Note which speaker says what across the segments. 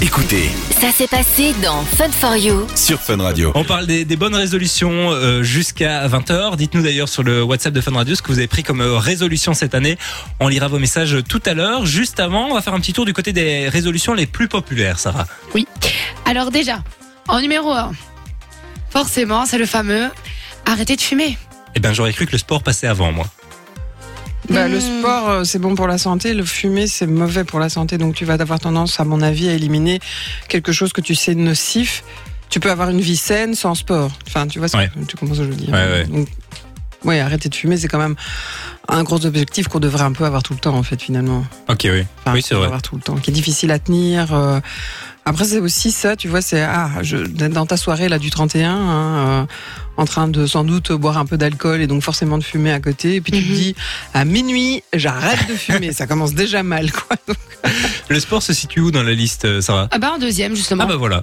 Speaker 1: Écoutez
Speaker 2: Ça s'est passé dans Fun for You.
Speaker 1: sur Fun Radio.
Speaker 3: On parle des, des bonnes résolutions euh, jusqu'à 20h. Dites-nous d'ailleurs sur le WhatsApp de Fun Radio ce que vous avez pris comme euh, résolution cette année. On lira vos messages tout à l'heure. Juste avant, on va faire un petit tour du côté des résolutions les plus populaires, Sarah.
Speaker 4: Oui. Alors déjà, en numéro 1, forcément, c'est le fameux arrêter de fumer.
Speaker 3: Eh ben, j'aurais cru que le sport passait avant, moi.
Speaker 5: Bah,
Speaker 4: Hmm.
Speaker 5: Le sport, euh, c'est bon pour la santé. Le fumer, c'est mauvais pour la santé. Donc, tu vas avoir tendance, à mon avis, à éliminer quelque chose que tu sais nocif. Tu peux avoir une vie saine sans sport. Enfin, tu vois, ce que-
Speaker 3: Ouais.
Speaker 5: tu comprends ce que je veux dire.
Speaker 3: Ouais, ouais.
Speaker 5: hein. Donc, ouais, arrêter de fumer, c'est quand même un gros objectif qu'on devrait un peu avoir tout le temps, en fait, finalement.
Speaker 3: Ok, oui.
Speaker 4: Ah,
Speaker 5: Enfin,
Speaker 3: oui, c'est
Speaker 5: qu'on
Speaker 3: vrai.
Speaker 5: va avoir tout le temps, qui est difficile à tenir. euh. Après, c'est aussi ça, tu vois, c'est ah, je, dans ta soirée là du 31, hein, euh, en train de sans doute boire un peu d'alcool et donc forcément de fumer à côté. Et puis tu te
Speaker 4: Mhm.
Speaker 5: dis à minuit, j'arrête de fumer. ça commence déjà mal, quoi. Donc,
Speaker 3: Le sport se situe où dans la liste, euh, Sarah
Speaker 4: Ah bah en deuxième justement.
Speaker 3: Ah bah voilà.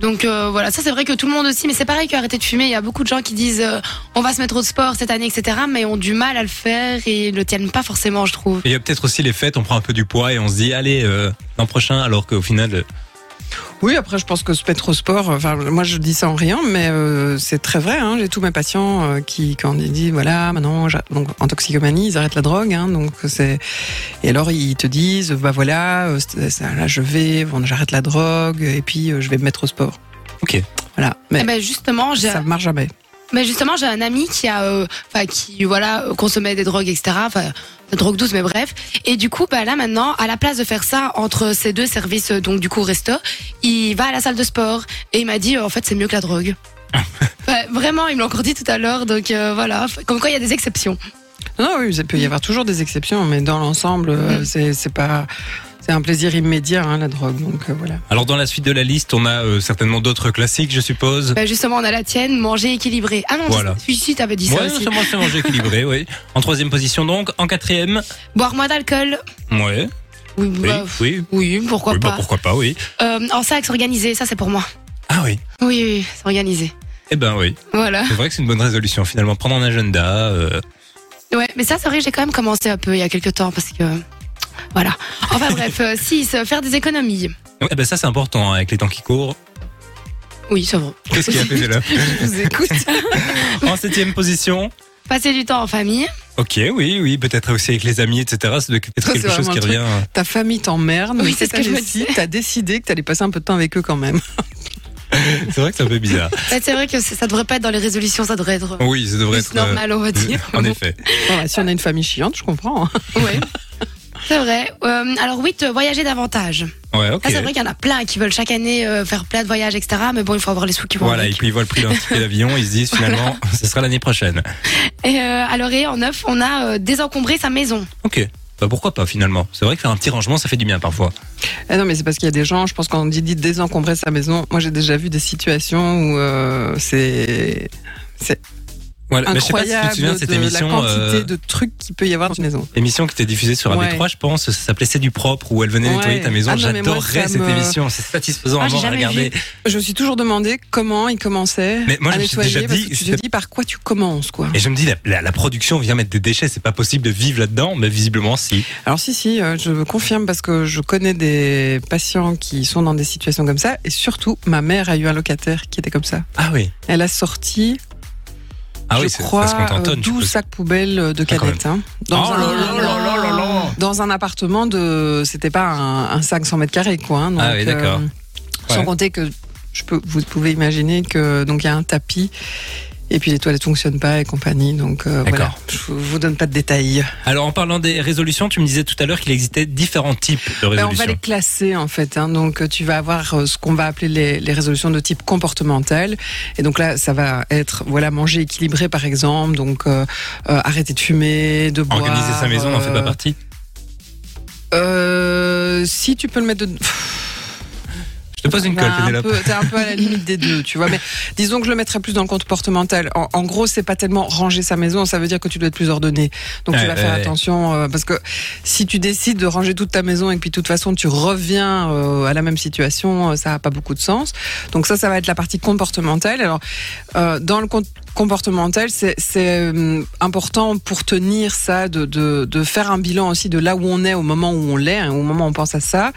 Speaker 4: Donc euh, voilà, ça c'est vrai que tout le monde aussi, mais c'est pareil qu'arrêter de fumer. Il y a beaucoup de gens qui disent euh, on va se mettre au sport cette année, etc. Mais ont du mal à le faire et le tiennent pas forcément, je trouve.
Speaker 3: Et il y a peut-être aussi les fêtes, on prend un peu du poids et on se dit, allez, euh, l'an prochain, alors qu'au final, euh,
Speaker 5: oui, après, je pense que se mettre au sport, enfin, moi je dis ça en riant, mais euh, c'est très vrai. hein. J'ai tous mes patients euh, qui, quand ils disent voilà, maintenant, j'a- donc, en toxicomanie, ils arrêtent la drogue. hein, donc c'est Et alors ils te disent bah voilà, euh, c'est- c'est- là je vais, bon, j'arrête la drogue et puis euh, je vais me mettre au sport.
Speaker 3: Ok.
Speaker 5: Voilà. Mais
Speaker 4: Eh ben justement, j'ai
Speaker 5: ça marche jamais.
Speaker 4: Mais justement, j'ai un ami qui a, euh, enfin, qui voilà, euh, consommait des drogues, etc. Enfin, des drogues douces, mais bref. Et du coup, bah là maintenant, à la place de faire ça entre ces deux services, euh, donc du coup resto, il va à la salle de sport et il m'a dit, euh, en fait, c'est mieux que la drogue. Enfin, vraiment, il me l'a encore dit tout à l'heure, donc euh, voilà. Enfin, Comme quoi, il y a des exceptions.
Speaker 5: Non, oui, il peut y avoir toujours des exceptions, mais dans l'ensemble, euh, c'est c'est pas. C'est un plaisir immédiat, hein, la drogue. Donc euh, voilà.
Speaker 3: Alors dans la suite de la liste, on a euh, certainement d'autres classiques, je suppose.
Speaker 4: Bah, justement, on a la tienne, manger équilibré. Ah non,
Speaker 3: Voilà.
Speaker 4: si, si, t'avais dit ça
Speaker 3: Ouais,
Speaker 4: aussi.
Speaker 3: c'est moi, c'est manger équilibré, oui. En troisième position donc, en quatrième,
Speaker 4: Boire moins d'alcool.
Speaker 3: ouais,
Speaker 4: Oui,
Speaker 3: oui,
Speaker 4: bah,
Speaker 3: oui,
Speaker 4: oui, pourquoi
Speaker 3: oui, bah,
Speaker 4: pas.
Speaker 3: pourquoi pas, oui.
Speaker 4: Euh, en sac, s'organiser, ça c'est pour moi.
Speaker 3: Ah oui.
Speaker 4: Oui, oui, oui, s'organiser.
Speaker 3: Eh ben oui,
Speaker 4: Voilà.
Speaker 3: c'est vrai que c'est une bonne résolution finalement. Prendre un agenda. euh,
Speaker 4: Ouais, mais ça, c'est vrai que j'ai quand même commencé un peu il y a quelques temps parce que. Voilà. Enfin bref, euh, si, se faire des économies.
Speaker 3: Eh ben ça c'est important hein, avec les temps qui courent.
Speaker 4: Oui, c'est vrai.
Speaker 3: Qu'est-ce qu'il a fait là
Speaker 5: Je vous écoute.
Speaker 3: En septième position.
Speaker 4: Passer du temps en famille.
Speaker 3: Ok, oui, oui, peut-être aussi avec les amis, etc. C'est de- peut-être
Speaker 5: Ça,
Speaker 3: quelque
Speaker 5: c'est
Speaker 3: chose qui
Speaker 5: vraiment
Speaker 3: revient. hein.
Speaker 5: Ta famille t'emmerde.
Speaker 4: Oui,
Speaker 5: mais
Speaker 4: c'est ce
Speaker 5: cette
Speaker 4: que je me
Speaker 5: année-ci,
Speaker 4: disais.
Speaker 5: T'as décidé que t'allais passer un peu de temps avec eux quand même.
Speaker 3: C'est vrai que c'est un peu bizarre.
Speaker 4: Ouais, c'est vrai que c'est- ça devrait pas être dans les résolutions, ça devrait être
Speaker 3: Oui, ça devrait être.
Speaker 4: plus
Speaker 3: euh,
Speaker 4: normal, on va dire.
Speaker 3: En effet.
Speaker 5: Voilà, bah, si on a une famille chiante, je comprends. hein.
Speaker 4: Ouais. C'est vrai. Euh, alors oui, te voyager davantage.
Speaker 3: Ouais, ok.
Speaker 4: Ça, Ah, c'est vrai qu'il y en a plein qui veulent chaque année euh, faire plein de voyages, etc. Mais bon, il faut avoir les sous qui vont
Speaker 3: Voilà, et
Speaker 4: avec.
Speaker 3: puis ils voient le prix d'un ticket d'avion, ils se disent finalement, ce sera l'année prochaine.
Speaker 4: Et euh, alors, et en neuf, on a euh, désencombrer sa maison.
Speaker 3: Ok. Bah pourquoi pas finalement C'est vrai que faire un petit rangement, ça fait du bien parfois.
Speaker 5: Eh non, mais c'est parce qu'il y a des gens, je pense, quand on dit, dit désencombrer sa maison, moi j'ai déjà vu des situations où euh, c'est
Speaker 3: Voilà. Mais je sais pas si tu
Speaker 5: incroyable
Speaker 3: te souviens de cette
Speaker 5: de
Speaker 3: émission,
Speaker 5: la quantité
Speaker 3: euh,
Speaker 5: de trucs qu'il peut y avoir dans une maison.
Speaker 3: émission qui était diffusée sur
Speaker 5: Ouais.
Speaker 3: AB3, je pense. Ça s'appelait C'est du propre, où elle venait
Speaker 5: Ouais.
Speaker 3: nettoyer ta maison.
Speaker 5: Ah non, mais moi,
Speaker 3: J'adorais
Speaker 5: ça
Speaker 3: cette
Speaker 5: me-
Speaker 3: émission. C'est satisfaisant
Speaker 4: Ah,
Speaker 3: à
Speaker 4: j'ai
Speaker 3: mort à
Speaker 4: jamais
Speaker 3: regarder.
Speaker 5: Je me suis toujours demandé comment ils commençaient
Speaker 3: Mais moi,
Speaker 5: à
Speaker 3: je me suis
Speaker 5: nettoyer.
Speaker 3: déjà
Speaker 5: parce
Speaker 3: dit,
Speaker 5: que tu
Speaker 3: c'est-
Speaker 5: te dis par quoi tu commences, quoi.
Speaker 3: Et je me dis, la, la- la production vient mettre des déchets. C'est pas possible de vivre là-dedans, mais visiblement, si.
Speaker 5: Alors si, si, euh, je confirme parce que je connais des patients qui sont dans des situations comme ça. Et surtout, ma mère a eu un locataire qui était comme ça.
Speaker 3: Ah oui.
Speaker 5: Elle a sorti,
Speaker 3: Ah
Speaker 5: je
Speaker 3: oui, c'est-
Speaker 5: crois,
Speaker 3: parce qu'on
Speaker 5: euh,
Speaker 3: t'entonne.
Speaker 5: 12 sacs poubelles de
Speaker 3: Ah, quand
Speaker 5: cadettes. hein, dans
Speaker 3: Oh
Speaker 5: un-
Speaker 3: là là là là là là.
Speaker 5: dans un appartement de. C'était pas un, un 500 mètres carrés, quoi. hein, donc,
Speaker 3: Ah oui, d'accord.
Speaker 5: Sans
Speaker 3: Ouais.
Speaker 5: compter que je peux, vous pouvez imaginer que donc il y a un tapis. Et puis les toilettes fonctionnent pas et compagnie, donc euh, voilà.
Speaker 3: D'accord.
Speaker 5: Je vous- vous donne pas de détails.
Speaker 3: Alors, en parlant des résolutions, tu me disais tout à l'heure qu'il existait différents types de
Speaker 5: Ben,
Speaker 3: résolutions.
Speaker 5: on va les classer en fait. hein. Donc euh, tu vas avoir euh, ce qu'on va appeler les, les résolutions de type comportemental. Et donc là, ça va être voilà manger équilibré par exemple. Donc euh, euh, arrêter de fumer, de boire.
Speaker 3: Organiser sa maison n'en fait pas
Speaker 5: euh,
Speaker 3: partie.
Speaker 5: euh, si tu peux le mettre de.
Speaker 3: Je te pose une
Speaker 5: Bah,
Speaker 3: colle,
Speaker 5: un
Speaker 3: Pénélope.
Speaker 5: peu- T'es un peu à la limite des deux, tu vois. Mais disons que je le mettrais plus dans le comportemental. En, en gros, c'est pas tellement ranger sa maison, ça veut dire que tu dois être plus ordonné. Donc
Speaker 3: Ouais,
Speaker 5: tu vas
Speaker 3: ouais,
Speaker 5: faire
Speaker 3: ouais.
Speaker 5: attention euh, parce que si tu décides de ranger toute ta maison et que puis de toute façon tu reviens euh, à la même situation, euh, ça a pas beaucoup de sens. Donc ça, ça va être la partie comportementale. Alors euh, dans le com- comportementale, c'est- c'est euh, important pour tenir ça, de, de, de faire un bilan aussi de là où on est au moment où on l'est, hein, au moment où on pense à ça,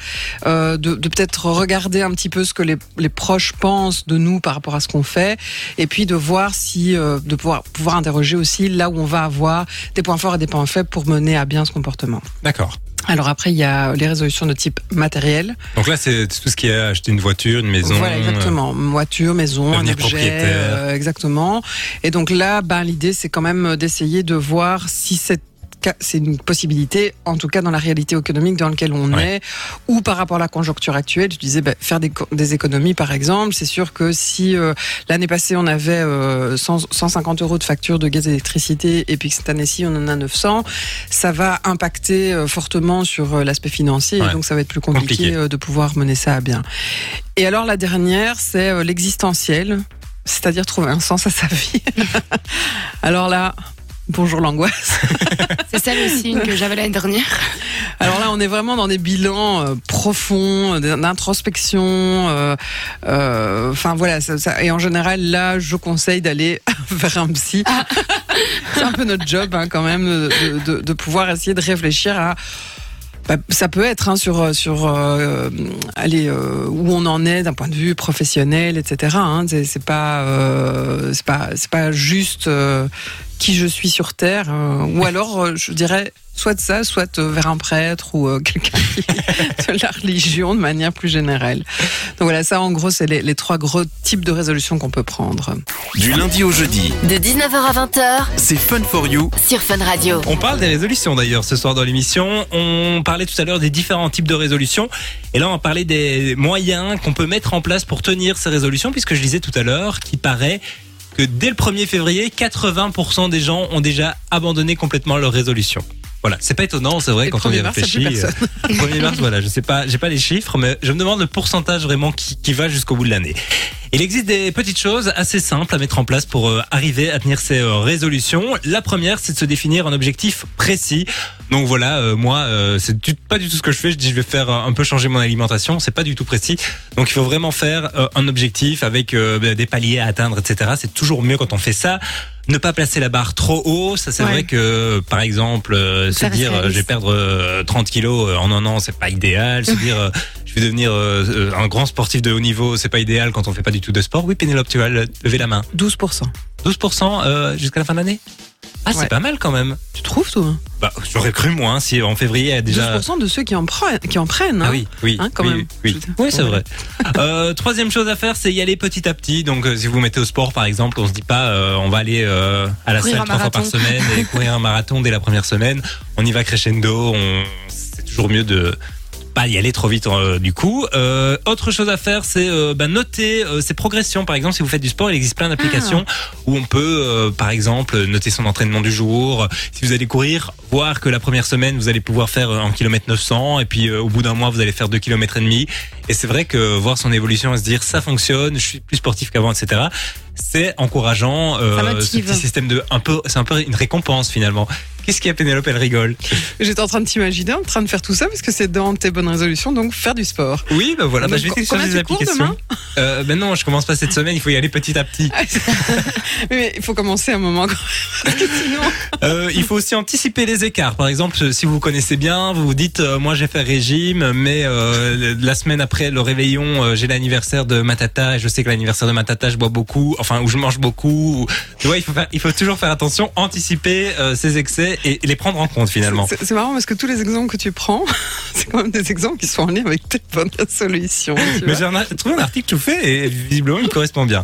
Speaker 5: euh, de, de peut-être regarder un petit peu ce que les, les proches pensent de nous par rapport à ce qu'on fait, et puis de voir si, euh, de pouvoir, pouvoir interroger aussi là où on va avoir des points forts et des points faibles pour mener à bien ce comportement.
Speaker 3: D'accord.
Speaker 5: Alors après, il y a les résolutions de type matériel.
Speaker 3: Donc là, c'est tout ce qui est acheter une voiture, une maison.
Speaker 5: Voilà, exactement. Voiture, maison, un
Speaker 3: devenir
Speaker 5: objet,
Speaker 3: propriétaire.
Speaker 5: euh, exactement. Et donc là, ben, l'idée, c'est quand même d'essayer de voir si cette ca- c'est une possibilité, en tout cas dans la réalité économique dans laquelle on
Speaker 3: Ouais.
Speaker 5: est, ou par rapport à la conjoncture actuelle. Je disais, ben, faire des, co- des économies, par exemple, c'est sûr que si euh, l'année passée on avait euh, 100 150 euros de facture de gaz et d'électricité, et puis que cette année-ci on en a 900, ça va impacter euh, fortement sur euh, l'aspect financier,
Speaker 3: Ouais.
Speaker 5: et donc ça va être plus compliqué,
Speaker 3: Compliqué.
Speaker 5: euh, de pouvoir mener ça à bien. Et alors la dernière, c'est euh, l'existentiel, c'est-à-dire trouver un sens à sa vie. alors là, bonjour l'angoisse.
Speaker 4: C'est celle aussi une que j'avais l'année dernière.
Speaker 5: Alors là, on est vraiment dans des bilans euh, profonds, d- d'introspection. euh, euh, Enfin voilà, ça- ça- et en général, là, je conseille d'aller vers un psy. C'est un peu notre job hein, quand même de, de- de pouvoir essayer de réfléchir à. bah, ça peut être hein, sur euh, sur euh, allez, euh, où on en est d'un point de vue professionnel, etc. Hein, c'est c'est pas euh, c'est pas c'est pas juste euh, qui je suis sur terre, euh, ou alors euh, je dirais soit de ça, soit euh, vers un prêtre ou euh, quelqu'un qui- de la religion de manière plus générale. Donc voilà, ça en gros, c'est les, les trois gros types de résolutions qu'on peut prendre.
Speaker 1: Du lundi au jeudi,
Speaker 2: De 19h à 20h
Speaker 1: c'est Fun for You
Speaker 2: sur Fun Radio.
Speaker 3: On parle des résolutions d'ailleurs ce soir dans l'émission. On parlait tout à l'heure des différents types de résolutions. Et là, on va parler des moyens qu'on peut mettre en place pour tenir ces résolutions, puisque je disais tout à l'heure qu'il paraît que dès le 1er février, 80% des gens ont déjà abandonné complètement leurs résolutions. Voilà, c'est pas étonnant, c'est vrai,
Speaker 5: Et
Speaker 3: quand on y
Speaker 5: 1er mars, il y a plus
Speaker 3: réfléchit. euh, 1er mars, voilà, je sais pas, j'ai pas les chiffres, mais je me demande le pourcentage vraiment qui, qui va jusqu'au bout de l'année. Il existe des petites choses assez simples à mettre en place pour euh, arriver à tenir ces euh, résolutions. La première, c'est de se définir un objectif précis. Donc voilà, euh, moi, euh, c'est du- pas du tout ce que je fais. Je dis, je vais faire euh, un peu changer mon alimentation. C'est pas du tout précis. Donc il faut vraiment faire euh, un objectif avec euh, bah, des paliers à atteindre, etc. C'est toujours mieux quand on fait ça. Ne pas placer la barre trop haut, ça c'est
Speaker 4: Ouais.
Speaker 3: vrai que euh, par exemple euh, se
Speaker 4: Ça reste
Speaker 3: dire euh, je vais
Speaker 4: réaliste.
Speaker 3: perdre euh, 30 kilos euh, en un an, c'est pas idéal. Se dire euh, je vais devenir euh, euh, un grand sportif de haut niveau, c'est pas idéal quand on fait pas du tout de sport. Oui, Pénélope, tu vas le- lever la main.
Speaker 5: 12%.
Speaker 3: 12% euh, jusqu'à la fin de l'année Ah, c'est
Speaker 5: Ouais.
Speaker 3: pas mal quand même.
Speaker 5: Tu trouves, toi hein.
Speaker 3: Bah, j'aurais cru moins si en février elle a déjà.
Speaker 5: 12% de ceux qui en, prennent- qui en prennent. hein.
Speaker 3: Ah oui, oui,
Speaker 5: Hein, quand
Speaker 3: oui,
Speaker 5: même.
Speaker 3: oui.
Speaker 5: Je veux dire,
Speaker 3: Oui, c'est
Speaker 5: voilà.
Speaker 3: vrai. Euh, troisième chose à faire, c'est y aller petit à petit. Donc, euh, si vous vous mettez au sport, par exemple, on se dit pas, euh, on va aller euh, à la
Speaker 4: Courir
Speaker 3: salle
Speaker 4: un
Speaker 3: trois fois par
Speaker 4: marathon.
Speaker 3: semaine et courir un marathon dès la première semaine. On y va crescendo. On... C'est toujours mieux de pas y aller trop vite euh, du coup. Euh, autre chose à faire, c'est euh, bah, noter euh, ses progressions. Par exemple, si vous faites du sport, il existe plein d'applications
Speaker 5: Ah.
Speaker 3: où on peut, euh, par exemple, noter son entraînement du jour. Si vous allez courir, voir que la première semaine, vous allez pouvoir faire euh, un kilomètre 900 et puis euh, au bout d'un mois, vous allez faire deux kilomètres et demi. Et c'est vrai que voir son évolution et se dire ça fonctionne, je suis plus sportif qu'avant, etc. C'est encourageant. euh,
Speaker 4: Ça motive.
Speaker 3: ce petit système de un peu, c'est un peu une récompense finalement. Qu'est-ce qu'il y a Pénélope Elle rigole.
Speaker 5: J'étais en train de t'imaginer, en train de faire tout ça, parce que c'est dans tes bonnes résolutions, donc faire du sport.
Speaker 3: Oui, bah voilà, bah,
Speaker 5: Donc,
Speaker 3: je vais essayer de
Speaker 5: combien
Speaker 3: faire des
Speaker 5: tu cours
Speaker 3: applications.
Speaker 5: demain
Speaker 3: Euh, ben non, je commence pas cette semaine, il faut y aller petit à petit.
Speaker 5: Oui, Mais il faut commencer un moment. quand même, Parce que sinon,
Speaker 3: Euh, il faut aussi anticiper les écarts. Par exemple, si vous vous connaissez bien, vous vous dites euh, moi j'ai fait régime, mais euh, la semaine après le réveillon, euh, j'ai l'anniversaire de ma tata et je sais que l'anniversaire de ma tata, je bois beaucoup, enfin ou je mange beaucoup. ou- Tu vois, il faut faire, il faut toujours faire attention, anticiper euh, ces excès et les prendre en compte finalement.
Speaker 5: c'est c'est marrant parce que tous les exemples que tu prends, c'est quand même des exemples qui sont en lien avec tes bonnes résolutions. tu
Speaker 3: Mais
Speaker 5: vois.
Speaker 3: j'ai un- j'ai trouvé un article tout fait et visiblement il correspond bien.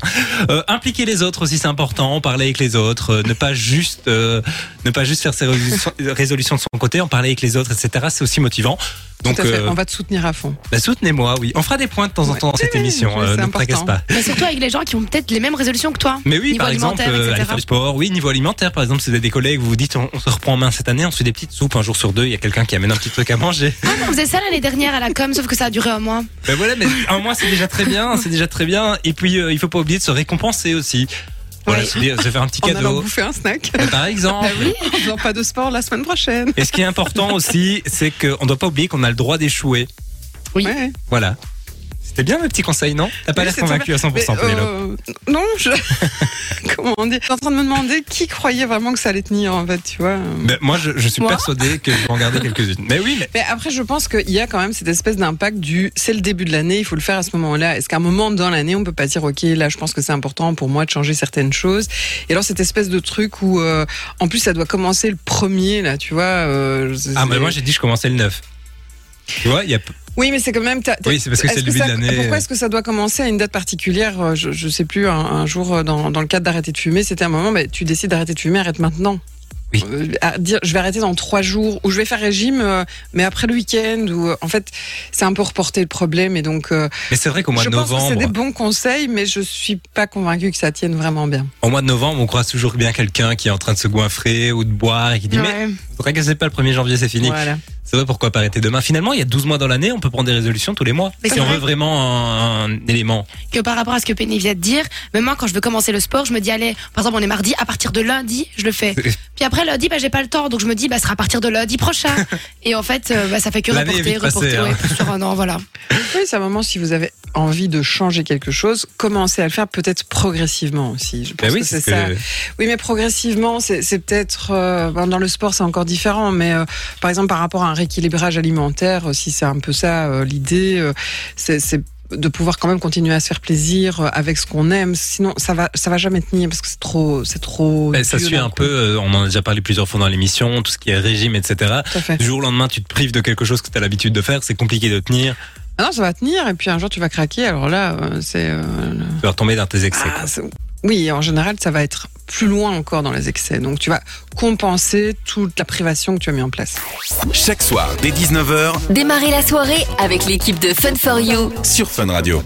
Speaker 3: Euh, impliquer les autres aussi c'est important, parler avec les autres, euh, ne pas juste euh, ne pas juste faire ses résolutions, résolutions de son côté, en parler avec les autres, etc. C'est aussi motivant.
Speaker 5: Tout
Speaker 3: Donc
Speaker 5: à fait,
Speaker 3: euh,
Speaker 5: on va te soutenir à fond.
Speaker 3: bah, soutenez-moi, oui. On fera des points de temps en
Speaker 5: Ouais.
Speaker 3: temps dans cette
Speaker 5: Oui, oui,
Speaker 3: émission,
Speaker 5: oui,
Speaker 3: euh,
Speaker 5: c'est
Speaker 3: ne me tracasse
Speaker 5: important.
Speaker 3: pas.
Speaker 4: Mais surtout avec les gens qui ont peut-être les mêmes résolutions que toi.
Speaker 3: Mais oui,
Speaker 4: Niveau
Speaker 3: par exemple,
Speaker 4: alimentaire,
Speaker 3: euh,
Speaker 4: etc.
Speaker 3: aller faire du sport. Oui, niveau alimentaire, par exemple, si vous avez des collègues, vous vous dites, on, on se reprend en main cette année, on se fait des petites soupes un jour sur deux, il y a quelqu'un qui amène un petit truc à manger.
Speaker 4: Ah, on faisait ça l'année dernière à la com, sauf que ça a duré un mois.
Speaker 3: Ben voilà, mais un mois c'est déjà très bien, c'est déjà très bien. Et puis euh, il faut pas oublier de se récompenser aussi. Voilà,
Speaker 4: Oui.
Speaker 3: se dire, se faire un petit
Speaker 5: En allant
Speaker 3: cadeau.
Speaker 5: bouffer Bah un snack,
Speaker 3: Ben, Par exemple.
Speaker 5: en faisant pas de sport la semaine prochaine.
Speaker 3: Et ce qui est important aussi, c'est qu'on ne doit pas oublier qu'on a le droit d'échouer.
Speaker 4: Oui.
Speaker 5: Ouais.
Speaker 3: Voilà. C'était bien mes petits conseils, non T'as pas
Speaker 5: Oui,
Speaker 3: l'air
Speaker 5: c'est très
Speaker 3: convaincu à 100%,
Speaker 5: Mais,
Speaker 3: Pénélope.
Speaker 5: euh, non, je. Comment dire Je suis en train de me demander qui croyait vraiment que ça allait tenir, en fait, tu vois.
Speaker 3: Ben, moi, je, je suis
Speaker 5: euh, moi
Speaker 3: persuadé que je vais en garder quelques-unes. Mais oui, mais
Speaker 5: Mais après, je pense qu'il y a quand même cette espèce d'impact du c'est le début de l'année, il faut le faire à ce moment-là. Est-ce qu'à un moment dans l'année, on peut pas dire ok, là, je pense que c'est important pour moi de changer certaines choses Et alors cette espèce de truc où, euh, en plus, ça doit commencer le premier, là, tu vois. euh, c'est-
Speaker 3: ah, mais moi j'ai dit je commençais le 9. Tu vois, il y a
Speaker 5: oui, mais c'est quand même. t'as- t'as-
Speaker 3: Oui, c'est parce que
Speaker 5: est-ce
Speaker 3: c'est le début
Speaker 5: ça-
Speaker 3: de l'année.
Speaker 5: Pourquoi est-ce que ça doit commencer à une date particulière Euh, Je, je sais plus. Un, un jour, euh, dans, dans le cadre d'arrêter de fumer, c'était un moment. Mais tu décides d'arrêter de fumer, arrête maintenant.
Speaker 3: Oui.
Speaker 5: Euh, à dire, je vais arrêter dans trois jours ou je vais faire régime, euh, mais après le week-end. Ou euh, en fait, c'est un peu reporter le problème. Et donc, euh,
Speaker 3: Mais c'est vrai qu'au mois
Speaker 5: je
Speaker 3: de
Speaker 5: pense que
Speaker 3: novembre,
Speaker 5: c'est des bons conseils, mais je suis pas convaincue que ça tienne vraiment bien.
Speaker 3: au mois de novembre, on croise toujours bien quelqu'un qui est en train de se goinfrer ou de boire et qui dit mais
Speaker 4: Ouais.
Speaker 3: vous tracassez pas le 1er janvier, c'est fini.
Speaker 5: Voilà.
Speaker 3: C'est vrai pourquoi pas arrêter demain. Finalement, il y a 12 mois dans l'année, on peut prendre des résolutions tous les mois.
Speaker 4: Mais
Speaker 3: si
Speaker 4: c'est
Speaker 3: on
Speaker 4: vrai.
Speaker 3: veut vraiment un, un élément.
Speaker 4: que par rapport à ce que Penny vient de dire, même moi quand je veux commencer le sport, je me dis allez, par exemple on est mardi, à partir de lundi, je le fais. Puis après lundi, bah, j'ai pas le temps, donc je me dis bah ce sera à partir de lundi prochain. Et en fait, euh, bah, ça fait que
Speaker 3: L'année est
Speaker 4: reporter,
Speaker 3: vite passée,
Speaker 4: reporter,
Speaker 3: hein.
Speaker 4: ouais, plus sur un an, voilà.
Speaker 5: Oui, c'est un moment si vous avez envie de changer quelque chose, commencez à le faire peut-être progressivement aussi. Je pense
Speaker 3: Ben oui,
Speaker 5: que
Speaker 3: c'est
Speaker 5: c'est
Speaker 3: ce que-
Speaker 5: ça. Oui, mais progressivement, c'est c'est peut-être euh, ben, dans le sport, c'est encore différent. Mais euh, par exemple, par rapport à un rééquilibrage alimentaire, euh, si c'est un peu ça euh, l'idée, euh, c'est c'est de pouvoir quand même continuer à se faire plaisir euh, avec ce qu'on aime. Sinon, ça va, ça va jamais tenir parce que c'est trop, c'est trop.
Speaker 3: Ben, ça
Speaker 5: dur
Speaker 3: suit
Speaker 5: d'un
Speaker 3: un
Speaker 5: coup.
Speaker 3: peu, euh, on en a déjà parlé plusieurs fois dans l'émission, tout ce qui est régime, etc.
Speaker 5: Tout à fait.
Speaker 3: Du jour au lendemain, tu te prives de quelque chose que tu as l'habitude de faire, c'est compliqué de tenir,
Speaker 5: Ah non, ça va tenir et puis un jour tu vas craquer. Alors là, euh, c'est. euh, le-
Speaker 3: tu vas retomber dans tes excès.
Speaker 5: Ah, c'est- oui, en général, ça va être plus loin encore dans les excès. Donc tu vas compenser toute la privation que tu as mis en place.
Speaker 1: Chaque soir dès 19h
Speaker 2: Démarrez la soirée avec l'équipe de Fun for You.
Speaker 1: sur Fun Radio.